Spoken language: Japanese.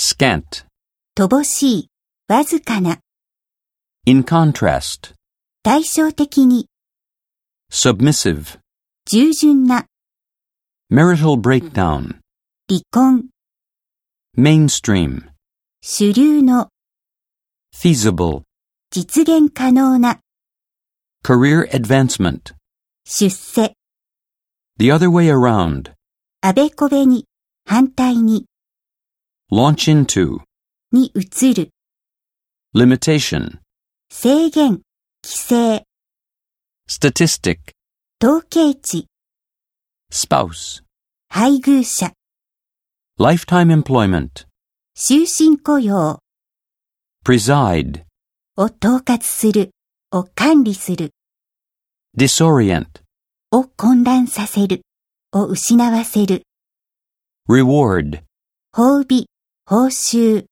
scant, 乏しい、わずかな、 in contrast, 対照的に、 submissive, 従順な、 marital breakdown, 離婚、 mainstream, 主流の、 feasible, 実現可能な、 career advancement, 出世、 the other way around, あべこべに、反対に、 launch into, に移る、 limitation, 制限、規制、 statistic, 統計値、 spouse, 配偶者、 lifetime employment, 終身雇用 preside, を統括する、を管理する、 disorient, を混乱させる、を失わせる、 reward. 褒美、報酬。